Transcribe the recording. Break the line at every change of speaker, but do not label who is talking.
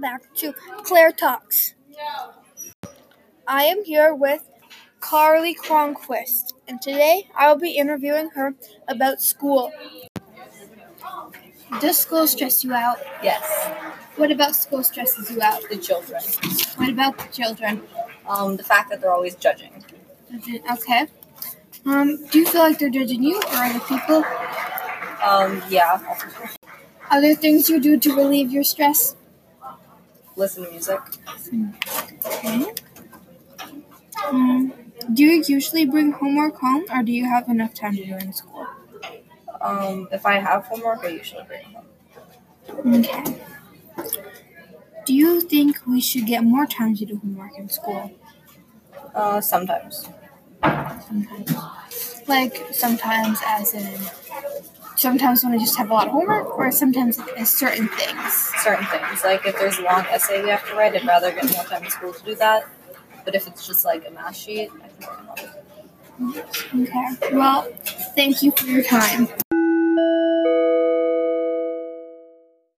back to Claire Talks. I am here with Carly Cronquist, and today I will be interviewing her about school. Does school stress you out?
Yes,
What about school stresses you out?
the children.
What about the children?
Um, the fact that they're always judging.
Okay. Um, do you feel like they're judging you or other people?
Um, yeah,
Are there things you do to relieve your stress?
listen to music.
Um, do you usually bring homework home or do you have enough time to do it in school?
Um, if I have homework, I usually bring it home.
Okay. Do you think we should get more time to do homework in school?
Uh, sometimes.
Sometimes. Like sometimes as in sometimes when I just have a lot of homework or sometimes like as certain things.
Certain things, like if there's a long essay we have to write, I'd rather get more time in school to do that. But if it's just like a math sheet, I can work on it.
Okay. Well, thank you for your time.